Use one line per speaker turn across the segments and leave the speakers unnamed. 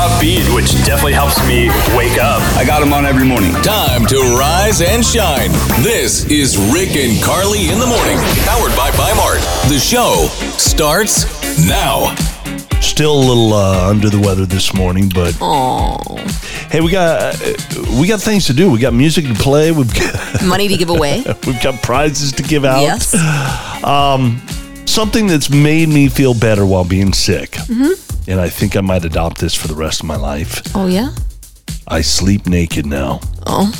upbeat, which definitely helps me wake up.
I got them on every morning.
Time to rise and shine. This is Rick and Carly in the morning, powered by Mart. The show starts now.
Still a little uh, under the weather this morning, but
Aww.
hey, we got uh, we got things to do. We got music to play. We've got,
Money to give away.
we've got prizes to give out.
Yes.
Something that's made me feel better while being sick,
Mm-hmm.
and I think I might adopt this for the rest of my life.
Oh, yeah?
I sleep naked now.
Oh.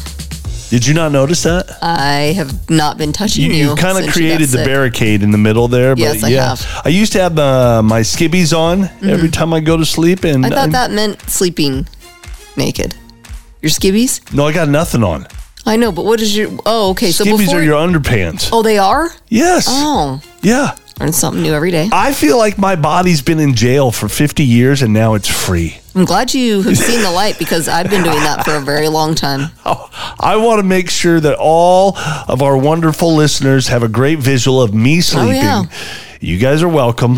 Did you not notice that?
I have not been touching you.
you kind of
since
created
got
the
sick.
barricade in the middle there. But
Yes, I
yeah.
have. Mm-hmm.
I used to have uh, my skibbies on every time I go to sleep, and
I thought that meant sleeping naked. Your skibbies?
no, I got nothing on.
I know, but what is your. Oh, okay. So
skibbies
before.
are your underpants.
oh, they are?
Yes.
Oh.
Yeah.
Learn something new every day.
I feel like my body's been in jail for 50 years and now it's free.
I'm glad you have seen the light because I've been doing that for a very long time.
Oh, I want to make sure that all of our wonderful listeners have a great visual of me sleeping.
yeah.
You guys are welcome.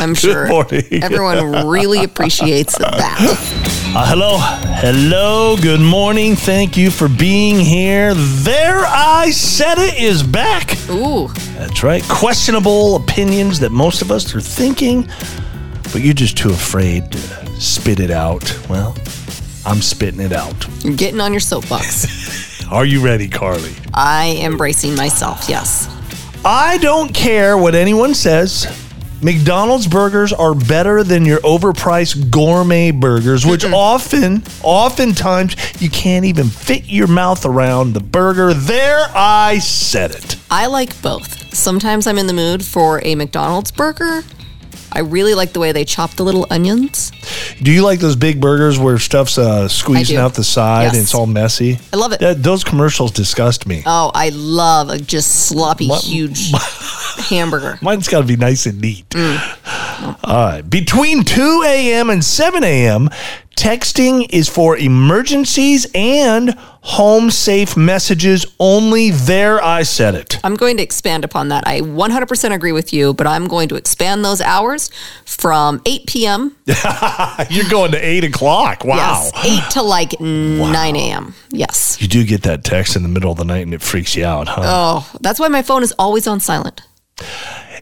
I'm sure
morning.
everyone really appreciates that.
Uh, hello. Hello. Good morning. Thank you for being here. There I said it is back.
Ooh,
That's right. Questionable opinions that most of us are thinking, but you're just too afraid to spit it out. Well, I'm spitting it out.
you're getting on your soapbox.
Are you ready, Carly?
I am bracing myself. Yes.
I don't care what anyone says. McDonald's burgers are better than your overpriced gourmet burgers, which often, oftentimes, you can't even fit your mouth around the burger. There, I said it.
I like both. Sometimes I'm in the mood for a McDonald's burger. I really like the way they chop the little onions.
Do you like those big burgers where stuff's uh, squeezing
do.
out the side and
Yes.
it's all messy?
I love it.
That, those commercials disgust me.
Oh, I love a just sloppy, huge hamburger.
Mine's got to be nice and neat.
Mm.
All right. Between 2 a.m. and 7 a.m., texting is for emergencies and home safe messages only. There, I said it.
I'm going to expand upon that. I 100% agree with you, but I'm going to expand those hours from 8 p.m.
You're going to 8 o'clock. Wow.
Yes, 8 to like 9 a.m. Yes.
You do get that text in the middle of the night and it freaks you out, huh?
Oh, that's why my phone is always on silent.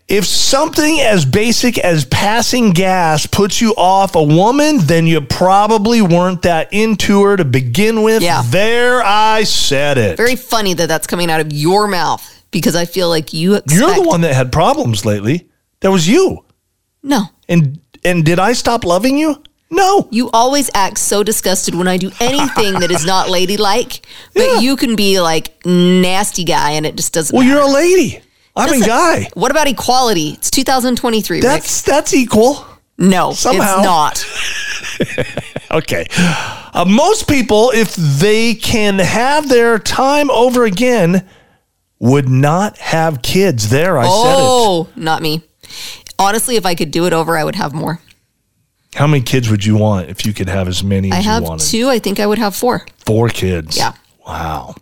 If something as basic as passing gas puts you off a woman, then you probably weren't that into her to begin with.
Yeah.
There, I said it.
Very funny that that's coming out of your mouth because I feel like you expect.
You're the one that had problems lately. That was you.
No.
And and did I stop loving you? No.
You always act so disgusted when I do anything that is not ladylike, but
Yeah.
you can be like nasty guy and it just doesn't.
Well,
matter.
you're a lady. I'm a
Listen,
guy.
What about equality? It's 2023.
That's that's equal.
Rick. no,
somehow.
it's not.
Okay. Uh, most people, if they can have their time over again, would not have kids. There, I
Oh, not me. Honestly, if I could do it over, I would have more.
said it. How many kids would you want if you could have as many
I
as you
have
wanted?
two. I think I would have four.
Four kids.
Yeah.
Wow.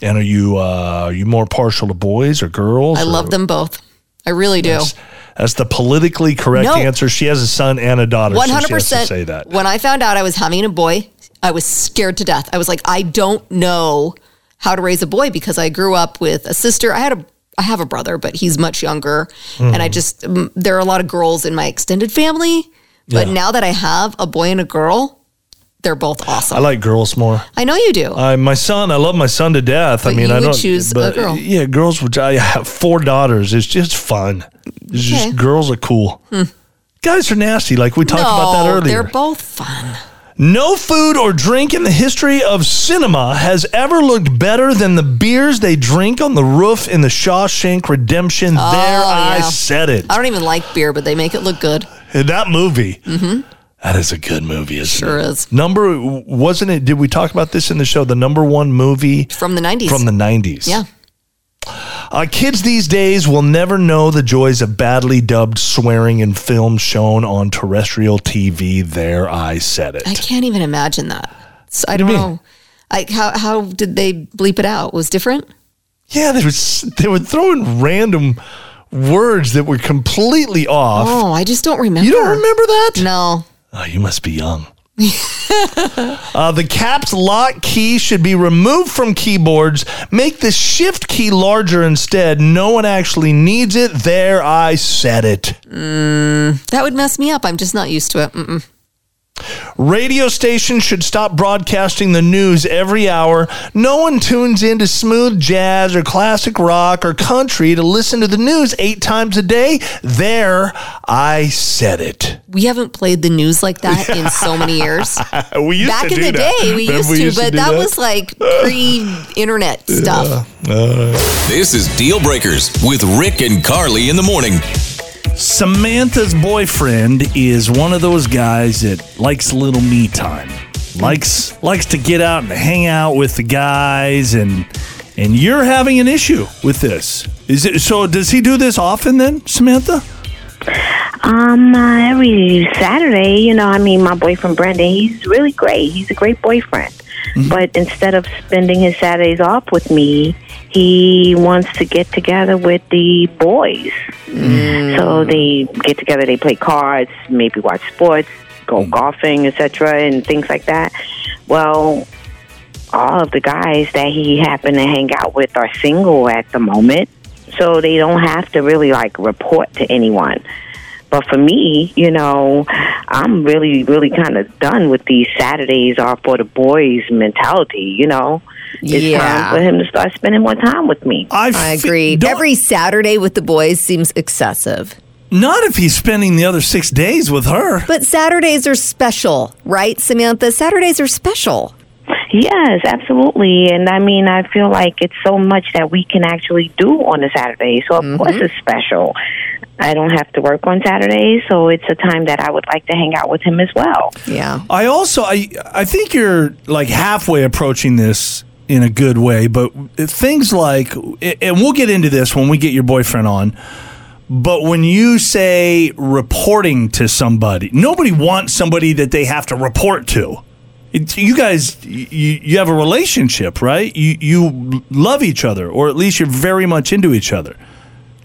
And are you uh, are you more partial to boys or girls?
I
or-
love them both. I really do.
That's the politically correct
No.
answer. She has a son and a daughter.
One
so
hundred
she has to
percent.
say that.
When I found out I was having a boy, I was scared to death. I was like, I don't know how to raise a boy because I grew up with a sister. I had a I have a brother, but he's much younger, and I
Mm-hmm.
just mm, there are a lot of girls in my extended family. But
Yeah.
now that I have a boy and a girl, they're both awesome.
I
I,
like girls more.
know you do.
I my son, I love my son to death. I
But
mean,
you
I
would
don't
choose a girl.
Yeah, girls would. I have four daughters. It's just fun. It's
Okay. Hmm.
just girls are cool. Guys are nasty, like we talked about that
No,
earlier.
They're both fun.
no food or drink in the history of cinema has ever looked better than the beers they drink on the roof in the Shawshank Redemption. there, I
Oh, yeah.
said it.
I don't even like beer, but they make it look good.
In that movie. That is a good movie, isn't
Mm-hmm. Sure
it?
is.
Number wasn't it? Did we talk about this in the show? The number one movie
From the nineties.
from the nineties.
yeah.
Uh, kids these days will never know the joys of badly dubbed swearing in films shown on terrestrial TV. There, I said it.
I can't even imagine that. So I don't
do you mean?
know. Like how how did they bleep it out? Was different?
yeah, they was they were throwing random words that were completely off.
Oh, I just don't remember.
You don't remember that?
No.
Oh, you must be young. uh, the caps lock key should be removed from keyboards. Make the shift key larger instead. No one actually needs it. There, I said it.
That would mess me up. I'm just not used to it. Mm-mm.
Radio stations should stop broadcasting the news every hour. No one tunes into smooth jazz or classic rock or country to listen to the news eight times a day. There, I said it.
We haven't played the news like that in so many years.
We used
Back in the day, we used, to, but that, was like pre-internet stuff.
This is Deal Breakers with Rick and Carly in the morning.
Samantha's boyfriend is one of those guys that likes a little me time. Likes likes to get out and hang out with the guys and and you're having an issue with this. Is it so does he do this often then, Samantha?
Um, uh, every Saturday, you know, I mean, my boyfriend Brendan, he's really great. He's a great boyfriend. But instead of spending his Saturdays off with me, he wants to get together with the boys. So they get together, they play cards, maybe watch sports, go golfing, etc., and things like that. Well, all of the guys that he happened to hang out with are single at the moment, so they don't have to really like report to anyone. But for me, you know, I'm really, really kind of done with these Saturdays are for the boys mentality. You know, it's
Yeah.
time for him to start spending more time with me.
I
fe-
agree.
don't-
Every Saturday with the boys seems excessive.
not if he's spending the other six days with her.
But Saturdays are special, right, Samantha? Saturdays are special.
Yes, absolutely. And I mean, I feel like it's so much that we can actually do on a Saturday. So, of course, it's special. I don't have to work on Saturdays, so it's a time that I would like to hang out with him as well.
Yeah.
I also I I think you're like halfway approaching this in a good way, but things like and we'll get into this when we get your boyfriend on. But when you say reporting to somebody, nobody wants somebody that they have to report to. It, you guys, you, you have a relationship, right? You you love each other, or at least you're very much into each other.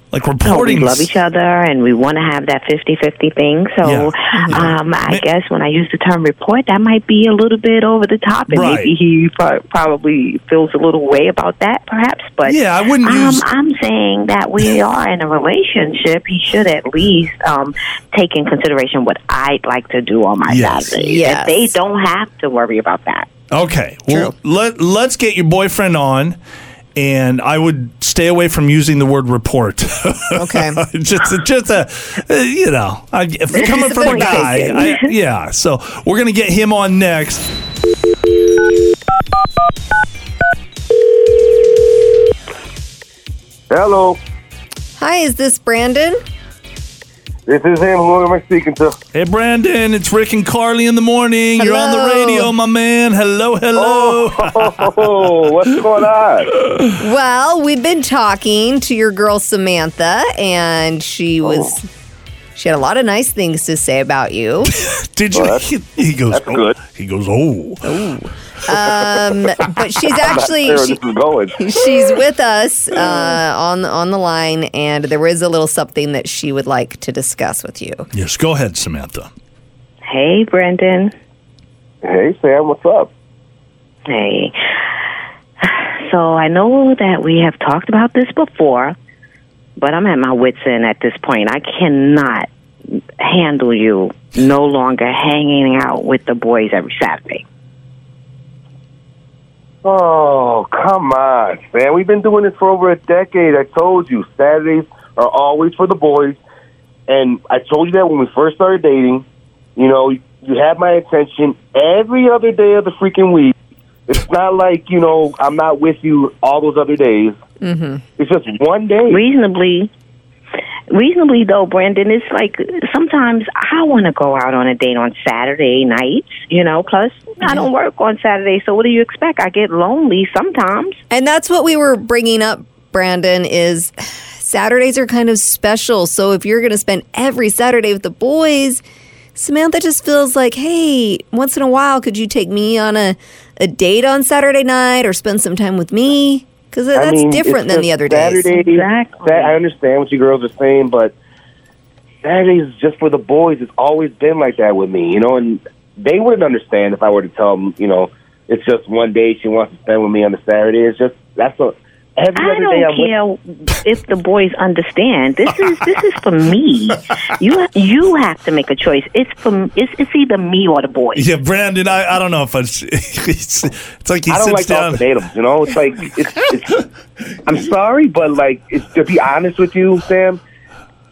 Like
So we
reporting,
love each other and we want to have that 50 50 thing. So,
Yeah.
um,
Ma-
I guess when I use the term report, that might be a little bit over the top. And
Right.
maybe he pro- probably feels a little way about that, perhaps. But
Yeah, I wouldn't
um,
use-
I'm saying that we are in a relationship. He should at least um, take in consideration what I'd like to do on my
Yes.
Saturdays.
Yes.
That they don't have to worry about that.
Okay. Well, let let's get your boyfriend on, and I would stay away from using the word report.
Okay.
just just a uh, you know I, if coming from a
point
guy.
taken.
I, yeah. So we're gonna get him on next.
Hello,
Hi, is this Brandon?
this is him. Who am I speaking to?
Hey Brandon, it's Rick and Carly in the morning. You're on the
Hello.
radio, my man. Hello, hello.
Oh, what's going on?
Well, we've been talking to your girl Samantha, and she was she had a lot of nice things to say about you.
Did you? he goes.
that's
oh.
good.
He goes. Oh.
Um, but she's actually
Where
she-
this is going?
she's with us uh, on on the line, and there is a little something that she would like to discuss with you.
Yes. Go ahead, Samantha.
Hey, Brendan.
Hey, Sam, what's up?
Hey. So I know that we have talked about this before, but I'm at my wits' end at this point. I cannot handle you no longer hanging out with the boys every Saturday.
Oh, come on, man. We've been doing this for over a decade. I told you, Saturdays are always for the boys. And I told you that when we first started dating. You know, you had my attention every other day of the freaking week. It's not like, you know, I'm not with you all those other days. Mm-hmm. It's just one day.
Reasonably, reasonably though, Brandon, it's like sometimes I want to go out on a date on Saturday nights. You know, plus I don't work on Saturday, so what do you expect? I get lonely sometimes.
And that's what we were bringing up, Brandon, is Saturdays are kind of special. So if you're going to spend every Saturday with the boys, Samantha just feels like, hey, once in a while, could you take me on a, a date on Saturday night or spend some time with me? Because
I
that's
mean,
different
it's
than the
just
other days.
Saturday,
Exactly.
Sa- I understand what you girls are saying, but Saturdays is just for the boys. It's always been like that with me, you know. And they wouldn't understand if I were to tell them, you know, it's just one day she wants to spend with me on a Saturday. It's just that's a every
I
other day I'm
don't
with
care if the boys understand. This is this is for me. You you have to make a choice. It's from it's, it's either me or the boys.
Yeah, Brandon, I, I don't know if it's it's, it's like he
I
sits
don't like the
down.
ultimatums, you know. It's like it's, it's, I'm sorry, but like it's, to be honest with you, Sam,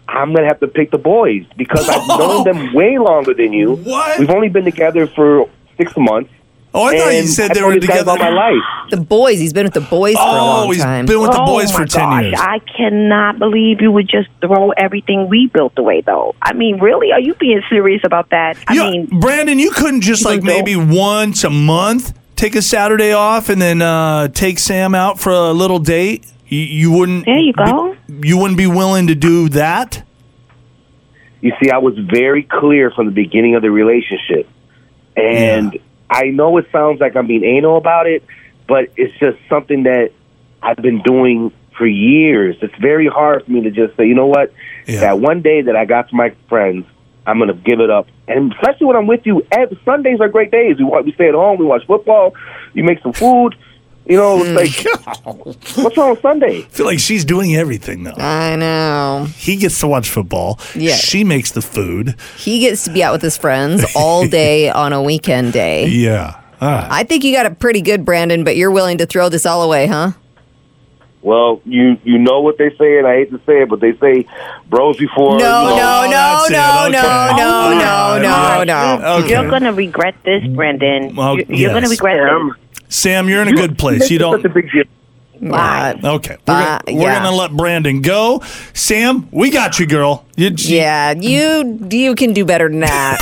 I'm gonna have to pick the boys because I've known them way longer than you.
What?
We've only been together for six months.
Oh, I thought you
and
said
I've
they
known
were
these guys
together
all my life.
The boys. He's been with the boys for a
Oh,
long
he's
time.
been with the
Oh
boys for
my
ten
gosh,
years.
I cannot believe you would just throw everything we built away, though. I mean, really? Are you being serious about that? I
Yeah,
mean,
Brandon, you couldn't just like
don't know.
maybe once a month take a Saturday off and then uh, take Sam out for a little date. You, you wouldn't.
there you go.
You wouldn't be willing to do that.
You see, I was very clear from the beginning of the relationship, and I know it sounds like I'm being anal about it, but it's just something that I've been doing for years. It's very hard for me to just say, you know what,
Yeah.
that one day that I got to my friends, I'm gonna give it up. And especially when I'm with you, ev- Sundays are great days. We wa- we stay at home, we watch football, you make some food. You know,
Hmm.
it's like what's wrong with Sunday?
I feel like she's doing everything though.
I know.
He gets to watch football.
Yeah.
She makes the food.
He gets to be out with his friends all day on a weekend day.
Yeah. Ah.
I think you got it pretty good, Brandon, but you're willing to throw this all away, huh?
Well, you you know what they say, and I hate to say it, but they say bros before. you
No,
know,
no, no,
that's it.
no,
Okay.
no, no, no, no, no.
Okay.
You're gonna regret this, Brandon.
Well,
you're you're gonna
yes.
regret
Sam,
this.
Sam, you're in a good place. You
Such a
don't.
big deal.
Nah.
Okay. We're,
Uh,
gonna, we're
yeah.
gonna let Brandon go. Sam, we got you, girl. You,
Yeah, you you can do better than that.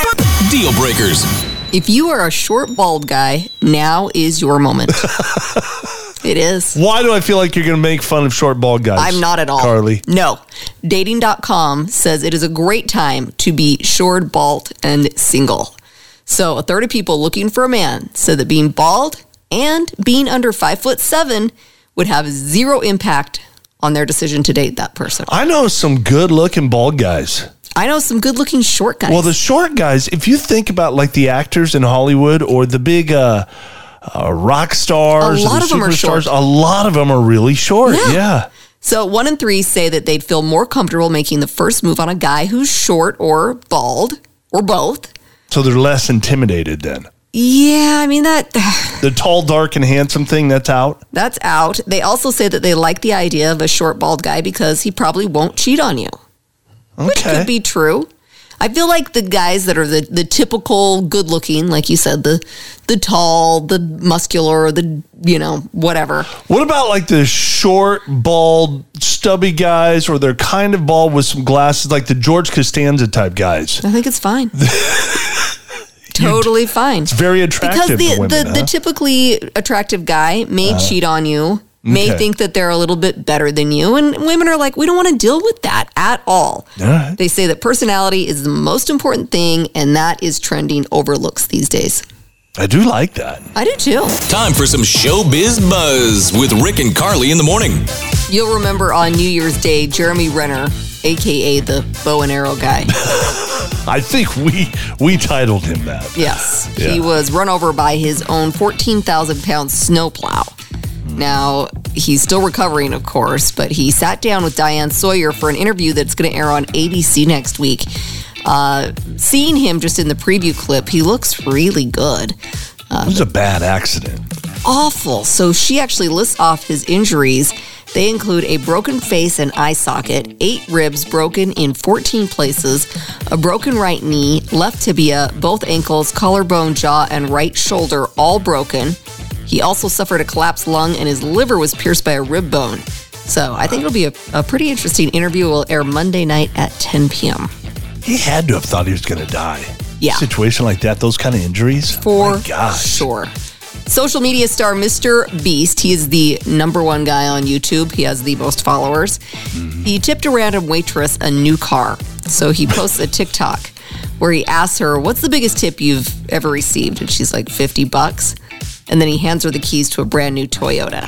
Deal breakers.
If you are a short, bald guy, now is your moment. it is.
Why do I feel like you're going to make fun of short bald guys?
I'm not at all.
Carly.
No. Dating.com says it is a great time to be short, bald, and single. So a third of people looking for a man said that being bald and being under five foot seven would have zero impact on their decision to date that person.
I know some good looking bald guys.
I know some good looking short guys.
Well, the short guys, if you think about like the actors in Hollywood or the big uh, uh, rock stars,
A lot
or the
of 'em are
superstars,
short.
a lot of them are really short. Yeah.
Yeah. So one in three say that they'd feel more comfortable making the first move on a guy who's short or bald or both.
So they're less intimidated then.
Yeah, I mean that
The tall, dark, and handsome thing that's out.
that's out. They also say that they like the idea of a short bald guy because he probably won't cheat on you. Which
Okay.
could be true. I feel like the guys that are the, the typical good looking, like you said, the the tall, the muscular, the you know, whatever.
what about like the short, bald, stubby guys, or they're kind of bald with some glasses, like the George Costanza type guys?
I think it's fine. totally fine.
Very attractive
because the
to women.
the,
huh? Uh-huh.
the typically attractive guy may cheat on you may
okay.
think that they're a little bit better than you and women are like we don't want to deal with that at all
right.
they say that personality is the most important thing and that is trending overlooks these days
I do like that.
i do too
Time for some showbiz buzz with Rick and Carly in the morning.
you'll remember on new year's day jeremy renner aka the bow and arrow guy
I think we we titled him that.
Yes.
Yeah.
He was run over by his own 14,000 pound snowplow. Now, he's still recovering, of course, but he sat down with Diane Sawyer for an interview that's going to air on ABC next week. Uh, seeing him just in the preview clip, he looks really good.
It was a bad accident.
Awful. So she actually lists off his injuries. They include a broken face and eye socket, eight ribs broken in 14 places, a broken right knee, left tibia, both ankles, collarbone, jaw, and right shoulder all broken. He also suffered a collapsed lung and his liver was pierced by a rib bone. So I think it'll be a, a pretty interesting interview. It will air Monday night at 10 p.m.
He had to have thought he was going to die.
Yeah.
Situation like that, those kind of injuries.
for
My gosh.
sure. Social media star Mr. Beast, he is the number one guy on YouTube. He has the most followers.
Mm-hmm.
He tipped a random waitress a new car. So he posts a TikTok where he asks her, What's the biggest tip you've ever received? And she's like, 50 bucks. And then he hands her the keys to a brand new Toyota.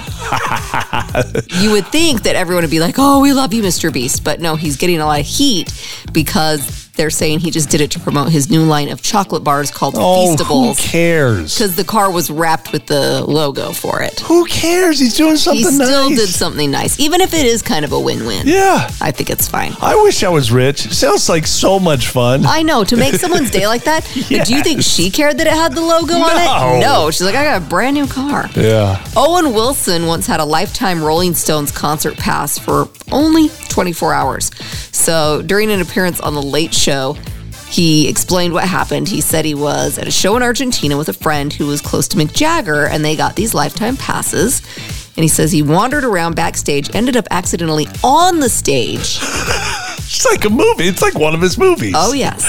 you would think that everyone would be like, "Oh, we love you, Mr. Beast," but no, he's getting a lot of heat because they're saying he just did it to promote his new line of chocolate bars called
Oh, who
Feastables
cares?
because the car was wrapped with the logo for it.
Who cares? He's doing something
He still
Oh, nice.
did something nice, even if it is kind of a win-win.
yeah.
I think it's fine.
I wish I was rich. Sounds like so much fun.
I know to make someone's day like that. But do you think she cared that it had the logo on
No.
it? No, she's like, I got a brand new car.
yeah.
Owen Wilson once had a lifetime Rolling Stones concert pass for only 24 hours. So during an appearance on The Late Show, he explained what happened. He said he was at a show in Argentina with a friend who was close to Mick Jagger, and they got these lifetime passes. And he says he wandered around backstage, ended up accidentally on the stage.
It's like a movie. It's like one of his movies.
Oh yes,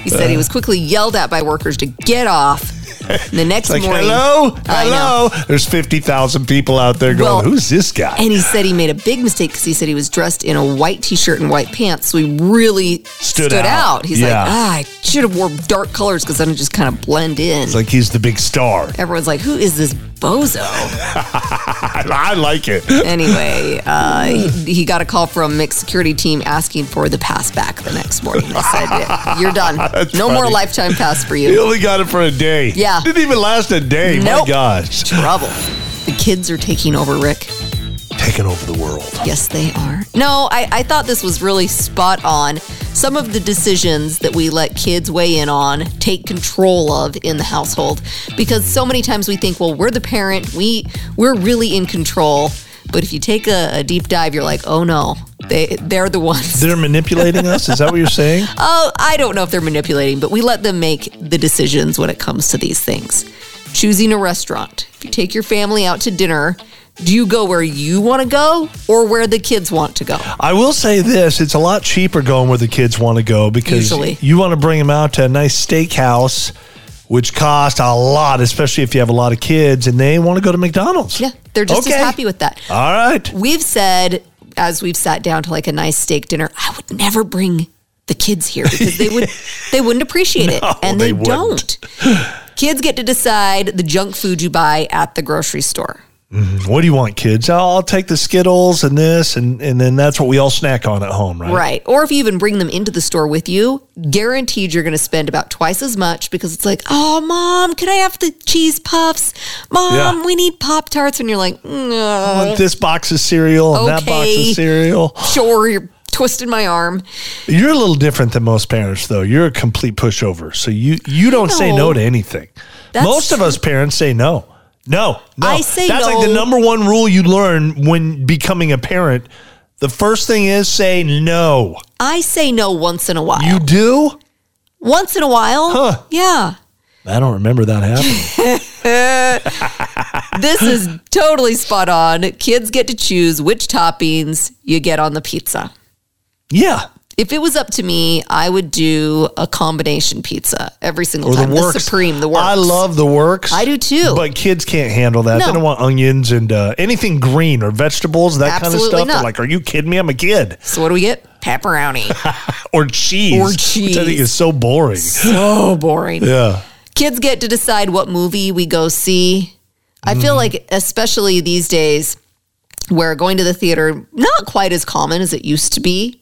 he said he was quickly yelled at by workers to get off. And the next
Like,
morning,
hello?
I know.
Hello? There's 50,000 people out there going,
Well,
who's this guy?
And he said he made a big mistake because he said he was dressed in a white T-shirt and white pants, so he really stood, out.
out.
He's
Yeah.
like, ah, I should have wore dark colors because then it just kind of blend in.
it's like he's the big star.
Everyone's like, who is this bozo?
I, I like it.
anyway, uh, he, he got a call from Mick's security team asking for the pass back the next morning. He said, you're done.
That's
No more
funny.
lifetime pass for
He
you.
only got it for a day.
Yeah.
Didn't even last a day.
Nope.
My gosh.
Trouble. The kids are taking over, Rick.
Taking over the world.
Yes, they are. No, I, I thought this was really spot on. Some of the decisions that we let kids weigh in on, take control of in the household, because so many times we think, well, we're the parent, we we're really in control. But if you take a, a deep dive, you're like, oh no, they they're the ones.
They're manipulating us. Is that what you're saying?
Oh, I don't know if they're manipulating, but we let them make the decisions when it comes to these things. Choosing a restaurant. If you take your family out to dinner, do you go where you want to go or where the kids want to go?
I will say this: it's a lot cheaper going where the kids want to go because
Usually.
you want to bring them out to a nice steakhouse, which costs a lot, especially if you have a lot of kids and they want to go to McDonald's.
Yeah, they're just
Okay.
as happy with that.
All right.
We've said as we've sat down to like a nice steak dinner, I would never bring the kids here because they would they wouldn't appreciate it, and
they
they,
wouldn't.
don't. kids get to decide the junk food you buy at the grocery store.
What do you want, kids? Oh, I'll take the Skittles and this, and and then that's what we all snack on at home, right?
Right. Or if you even bring them into the store with you, guaranteed you're going to spend about twice as much because it's like, oh, mom, can I have the cheese puffs? Mom,
Yeah.
we need Pop Tarts. And you're like, "Mm,
I
no,
want this box of cereal and that box
Okay.
of cereal.
sure, you're twisting my arm.
You're a little different than most parents, though. You're a complete pushover, so you you don't say no
know.
to anything.
That's
most of
true.
us parents say no. No, no.
I say
That's like the
no.
number one rule you learn when becoming a parent. The first thing is say no.
I say no once in a while.
You do?
once in a while?
Huh.
Yeah.
I don't remember that happening.
This is totally spot on. Kids get to choose which toppings you get on the pizza.
yeah.
If it was up to me, I would do a combination pizza every single
Or the
time.
works.
The Supreme, the works.
I love the works.
I do too.
But kids can't handle that. They
No.
don't want onions and uh, anything green or vegetables, that
Absolutely
kind of stuff. They're
not.
like, are you kidding me? I'm a kid.
So what do we get? Pepperoni.
Or cheese.
Or
Which I think
cheese.
is so boring.
so boring.
Yeah.
Kids get to decide what movie we go see. I feel
Hmm.
like especially these days where going to the theater not quite as common as it used to be.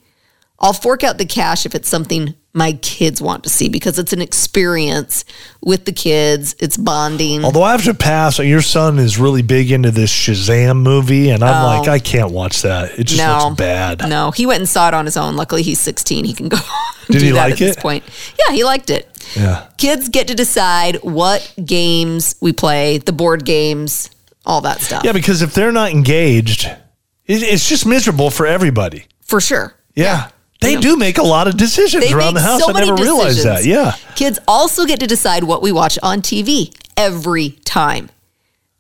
I'll fork out the cash if it's something my kids want to see because it's an experience with the kids. It's bonding.
Although I have to pass, your son is really big into this Shazam movie, and I'm like, I can't watch that. It just
Oh. no,
looks bad.
No, he went and saw it on his own. Luckily, he's 16. He can go.
Did
do
he
that
like
at This
it?
point, yeah, he liked it.
Yeah.
Kids get to decide what games we play, the board games, all that stuff.
Yeah, because if they're not engaged, it, it's just miserable for everybody.
For sure.
Yeah. They do make a lot of decisions
They
around
make
the house.
so
I
many
never realized
decisions.
that. Yeah.
Kids also get to decide what we watch on TV every time.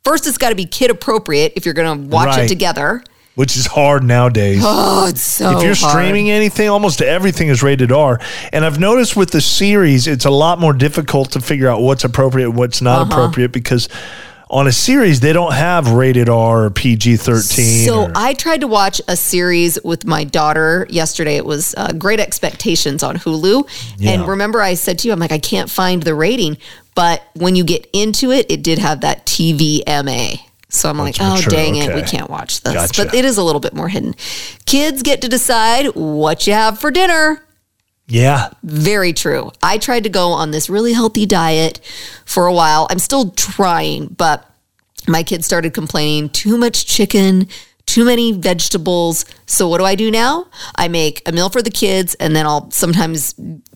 First, it's got to be kid appropriate if you're going to watch
Right.
it together.
Which is hard nowadays.
Oh, it's so
if you're
hard.
streaming anything, almost everything is rated R. And I've noticed with the series, it's a lot more difficult to figure out what's appropriate and what's not
Uh-huh.
appropriate because on a series, they don't have rated R or PG 13.
So I tried to watch a series with my daughter yesterday. It was uh, Great Expectations on Hulu.
Yeah.
And remember, I said to you, I'm like, I can't find the rating. But when you get into it, it did have that TVMA. So I'm like,
That's
oh,
for sure.
dang it, we
Okay.
can't watch this.
Gotcha.
But it is a little bit more hidden. Kids get to decide what you have for dinner.
Yeah.
Very true. I tried to go on this really healthy diet for a while. I'm still trying, but my kids started complaining too much chicken, too many vegetables. So what do I do now? I make a meal for the kids and then I'll sometimes,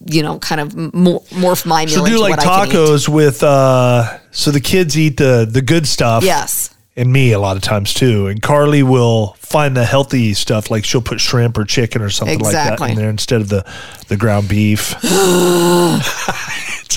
you know, kind of mor- morph my meal
So do
into
like
what I can eat.
tacos with uh so the kids eat the the good stuff.
Yes.
And me a lot of times too. And Carly will find the healthy stuff, like she'll put shrimp or chicken or something like that
Exactly.
in there instead of the the ground beef.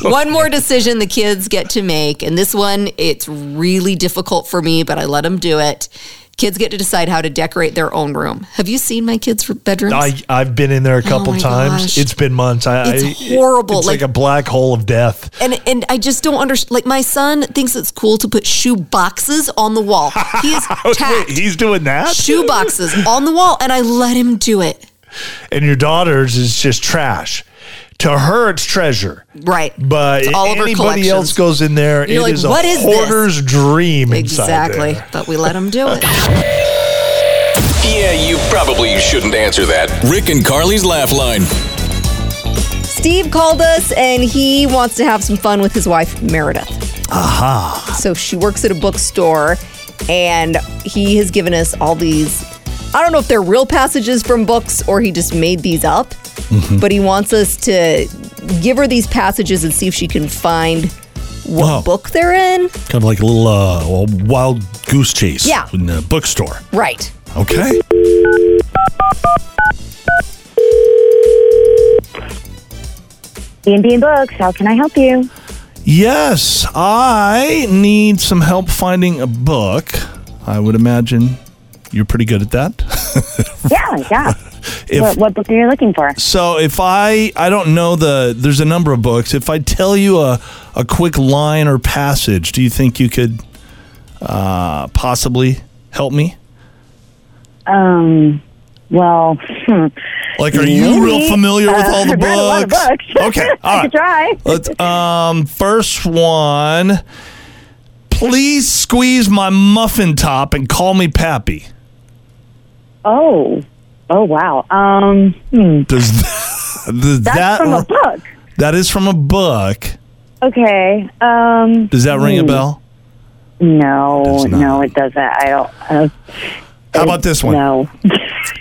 One more decision the kids get to make. And this one, it's really difficult for me, but I let them do it. Kids get to decide how to decorate their own room. Have you seen my kids' bedrooms?
I I've been in there a couple
Oh my
times.
gosh.
It's been months. I,
It's
I-
horrible,
It's like,
like-
a black hole of death.
and and I just don't understand. Like my son thinks it's cool to put shoe boxes on the wall. He is tacked
Wait, he's doing that,
shoe boxes on the wall, and I let him do it.
and your daughter's is just trash. To her, it's treasure.
Right,
But
It's all of her
anybody else
collections.
goes in there, it is
You're like,
a
"What is this?"
hoarder's dream. inside there.
exactly. But we let him do it.
Yeah, you probably shouldn't answer that. Rick and Carly's Laugh Line.
Steve called us and he wants to have some fun with his wife, Meredith. Aha. So she works at a bookstore and he has given us all these. I don't know if they're real passages from books or he just made these up, but he wants us to give her these passages and see if she can find what
Wow.
book they're in.
Kind of like a little uh, well, wild goose chase
Yeah.
in the bookstore.
Right.
Okay.
B&B Books, how can I help you?
Yes, I need some help finding a book. I would imagine you're pretty good at that.
Yeah, yeah.
If-
what, what book are you looking for?
So if I I don't know the there's a number of books. If I tell you a a quick line or passage, do you think you could uh, possibly help me?
Um, well, hmm.
Like, are you real
Maybe.
familiar with
Uh,
all the
I've read a lot of
books?
books.
Okay, all
I
right.
could try.
Let's, um, first one. Please squeeze my muffin top and call me Pappy.
Oh, oh wow. Um, hmm.
Does that, does
that's
that
from a book.
that is from a book?
Okay. Um,
Does that ring a bell?
no,
Does not.
no, it doesn't. I don't. Uh,
How about this one?
No,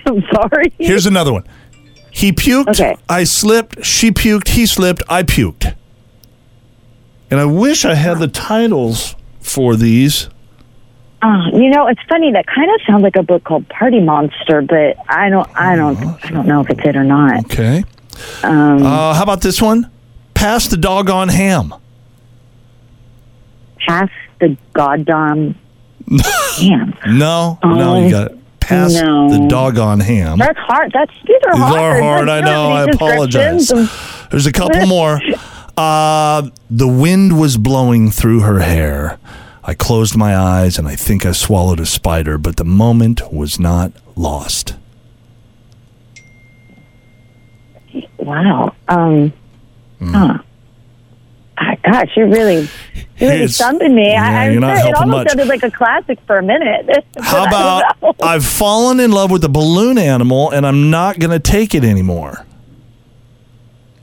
I'm sorry.
Here's another one. He puked.
Okay.
I slipped. She puked. He slipped. I puked. And I wish I had the titles for these.
Uh, you know, it's funny. That kind of sounds like a book called Party Monster, but I don't, I don't, I don't know if it's it or not. Um,
Okay. uh, how about this one? Pass the doggone ham.
Pass the goddamn. Damn,
No, no, you got it. Pass
Oh. no.
the doggone ham.
that's hard. That's these are
These
hard.
are hard. I
That's
know. I
really
apologize.
descriptions.
There's a couple more. Uh, the wind was blowing through her hair. I closed my eyes and I think I swallowed a spider, but the moment was not lost.
Wow. Um.
Hmm.
Huh. Ah, gosh, you really, you really
It's-
stumping me.
yeah,
I,
you're
I'm
not
sorry, it
helping
almost
much.
sounded like a classic for a minute.
How
But I don't
about
know.
I've fallen in love with a balloon animal and I'm not going to take it anymore?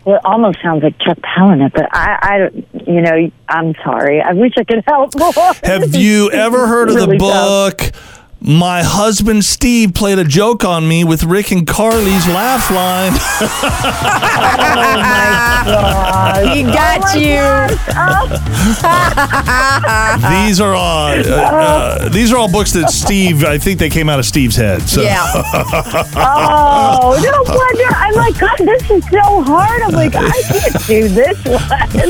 Well, it almost sounds like Chuck Palahniuk, but I, I, don't- you know, I'm sorry. I wish I could help more.
Have you ever heard of the
Really tough.
book? My husband Steve played a joke on me with Rick and Carly's laugh line.
He got you.
these are all uh, uh, these are all books that Steve. I think they came out of Steve's head. So
Yeah.
Oh, no wonder. I'm like, God, this is so hard. I'm like, I can't do this one.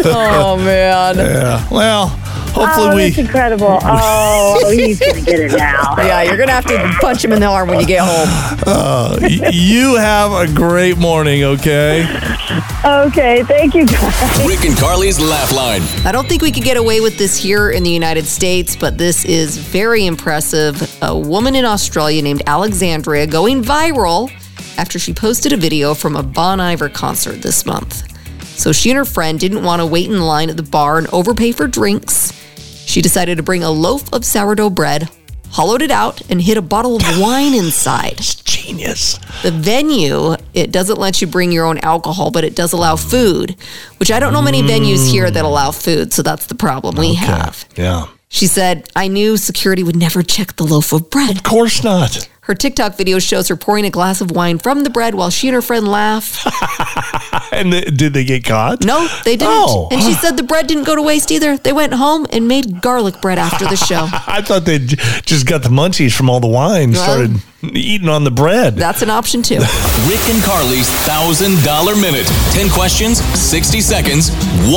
Oh, man.
Yeah. uh, Well, hopefully
Oh,
we.
that's incredible. Oh, he's going to get it now.
Yeah, you're going to have to punch him in the arm when you get home.
y- you have a great morning. Okay.
Okay, thank you, guys.
Rick and Carly's Laugh Line.
I don't think we could get away with this here in the United States, but this is very impressive. A woman in Australia named Alexandria going viral after she posted a video from a Bon Iver concert this month. So she and her friend didn't want to wait in line at the bar and overpay for drinks. She decided to bring a loaf of sourdough bread, hollowed it out, and hid a bottle of wine inside.
Genius.
The venue, it doesn't let you bring your own alcohol, but it does allow food, which I don't know many venues here that allow food. So that's the problem we have.
Yeah.
She said, I knew security would never check the loaf of bread.
Of course not.
Her TikTok video shows her pouring a glass of wine from the bread while she and her friend laugh.
And th- did they get caught?
No, they didn't.
Oh.
And she said the bread didn't go to waste either. They went home and made garlic bread after the show.
I thought they j- just got the munchies from all the wine and
Well.
started eating on the bread.
That's an option too.
Rick and Carly's $1,000 minute. 10 questions, 60 seconds, $1,000.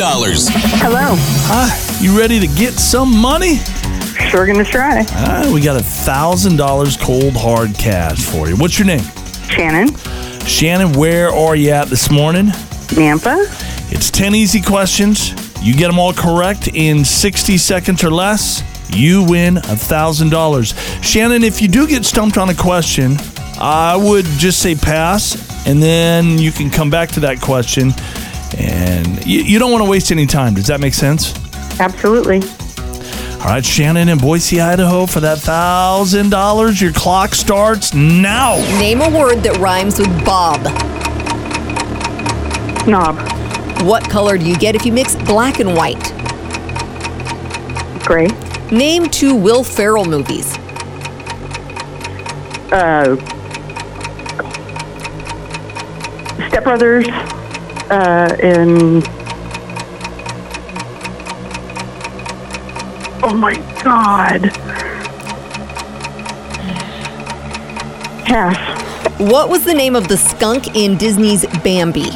Hello.
Ah, you ready to get some money?
Sure gonna try.
Ah, we got a thousand dollars cold hard cash for you. What's your name?
Shannon,
Shannon, where are you at this morning?
Nampa,
It's 10 easy questions. You get them all correct in 60 seconds or less, you win $1,000. Shannon, if you do get stumped on a question, I would just say pass, and then you can come back to that question. And you, you don't want to waste any time. Does that make sense?
absolutely.
All right, Shannon in Boise, Idaho, for that $1,000, your clock starts now.
Name a word that rhymes with Bob.
Knob,
What color do you get if you mix black and white?
Gray,
Name two Will Ferrell movies.
uh, Step Brothers, uh, and oh my god, pass,
What was the name of the skunk in Disney's Bambi?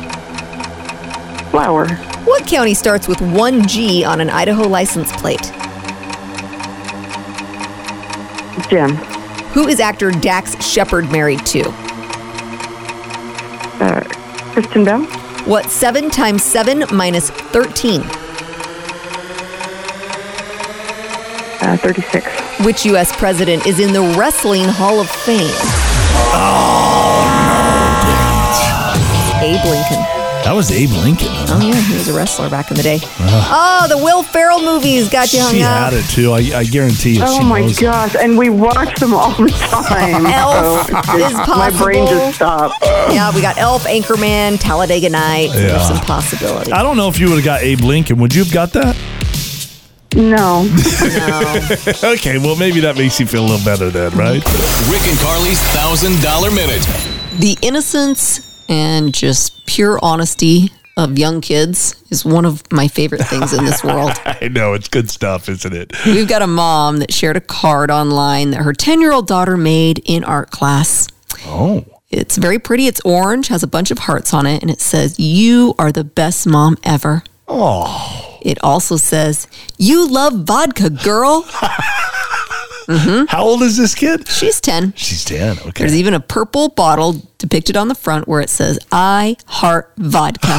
flower,
What county starts with 1G on an Idaho license plate?
Jim,
Who is actor Dax Shepard married to?
Uh, Kristen Bell,
What 7 times 7 minus 13?
uh, thirty six.
Which U.S. president is in the Wrestling Hall of Fame? Abe Lincoln.
That was Abe Lincoln.
Oh, yeah, he was a wrestler back in the day. Oh, the Will Ferrell movies got you hung
She
up.
had it too. I, I guarantee you.
Oh
she
my
knows it.
gosh! And we watch them all the time.
Elf
So it's
is
just- Oh, my brain
possible.
just stopped.
Yeah, we got Elf, Anchorman, Talladega Nights. There's
Yeah.
some possibility.
I don't know if you would have got Abe Lincoln. Would you have got that?
No.
Okay, well, maybe that makes you feel a little better then, right?
Rick and Carly's $1,000 minute.
the innocence and just pure honesty of young kids is one of my favorite things in this world.
I know, it's good stuff, isn't it?
We've got a mom that shared a card online that her 10 year old daughter made in art class.
Oh.
It's very pretty. It's orange, has a bunch of hearts on it, and it says, You are the best mom ever. Oh. It also says, You love vodka, girl.
How old is this kid?
She's 10.
She's 10. Okay.
There's even a purple bottle depicted on the front where it says, I heart vodka.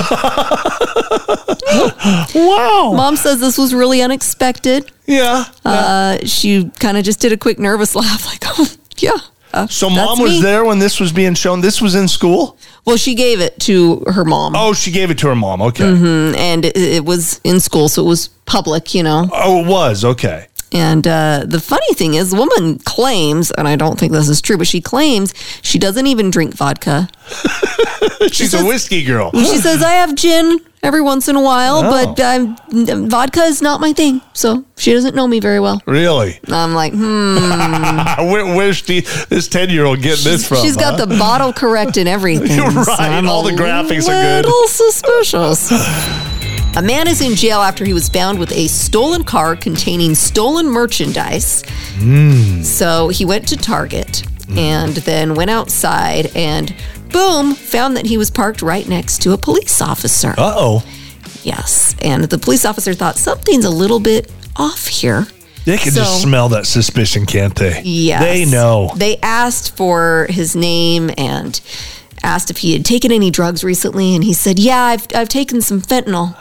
Wow.
Mom says this was really unexpected.
Yeah.
Uh, she kind of just did a quick nervous laugh, like, oh, yeah. uh,
So
that's
mom was
me."
there when this was being shown. This was in school.
Well, she gave it to her mom,
Oh, she gave it to her mom. Okay.
and it, it was in school, so it was public, you know.
Oh, it was. Okay.
And uh, the funny thing is, the woman claims, and I don't think this is true, but she claims she doesn't even drink vodka.
She's a whiskey girl.
She says, I have gin every once in a while,
Oh.
but um, vodka is not my thing. So she doesn't know me very well.
Really?
I'm like, hmm.
Where, where's the, this 10 year old getting this from?
She's got
huh?
the bottle correct and everything.
You're right.
I'm
All
a
the graphics are good.
Little suspicious. A man is in jail after he was found with a stolen car containing stolen merchandise.
Hmm.
So he went to Target and then went outside and boom, found that he was parked right next to a police officer.
Uh oh.
Yes. And the police officer thought something's a little bit off here.
They can just
So-
smell that suspicion, can't they?
Yes.
They know.
They asked for his name and asked if he had taken any drugs recently, and he said, "Yeah, I've I've taken some fentanyl."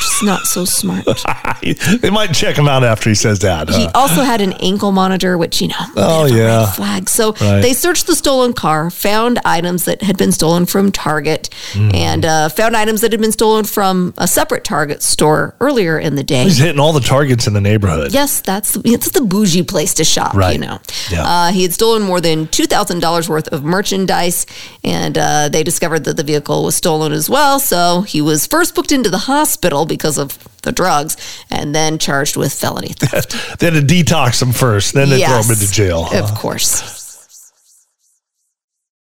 Just not so smart.
they might check him out after he says that.
He
huh?
also had an ankle monitor, which you know,
Oh,
bit of a
yeah.
red flag. So
Right.
they searched the stolen car, found items that had been stolen from Target,
Hmm.
and uh, found items that had been stolen from a separate Target store earlier in the day.
He's hitting all the targets in the neighborhood.
Yes, that's it's the bougie place to shop.
Right.
You know,
Yeah.
uh, he had stolen more than two thousand dollars worth of merchandise, and uh, they discovered that the vehicle was stolen as well. So he was first booked into the hospital because of the drugs, and then charged with felony theft.
They had to detox him first, then they throw him
Yes,
into jail. huh?
Of course.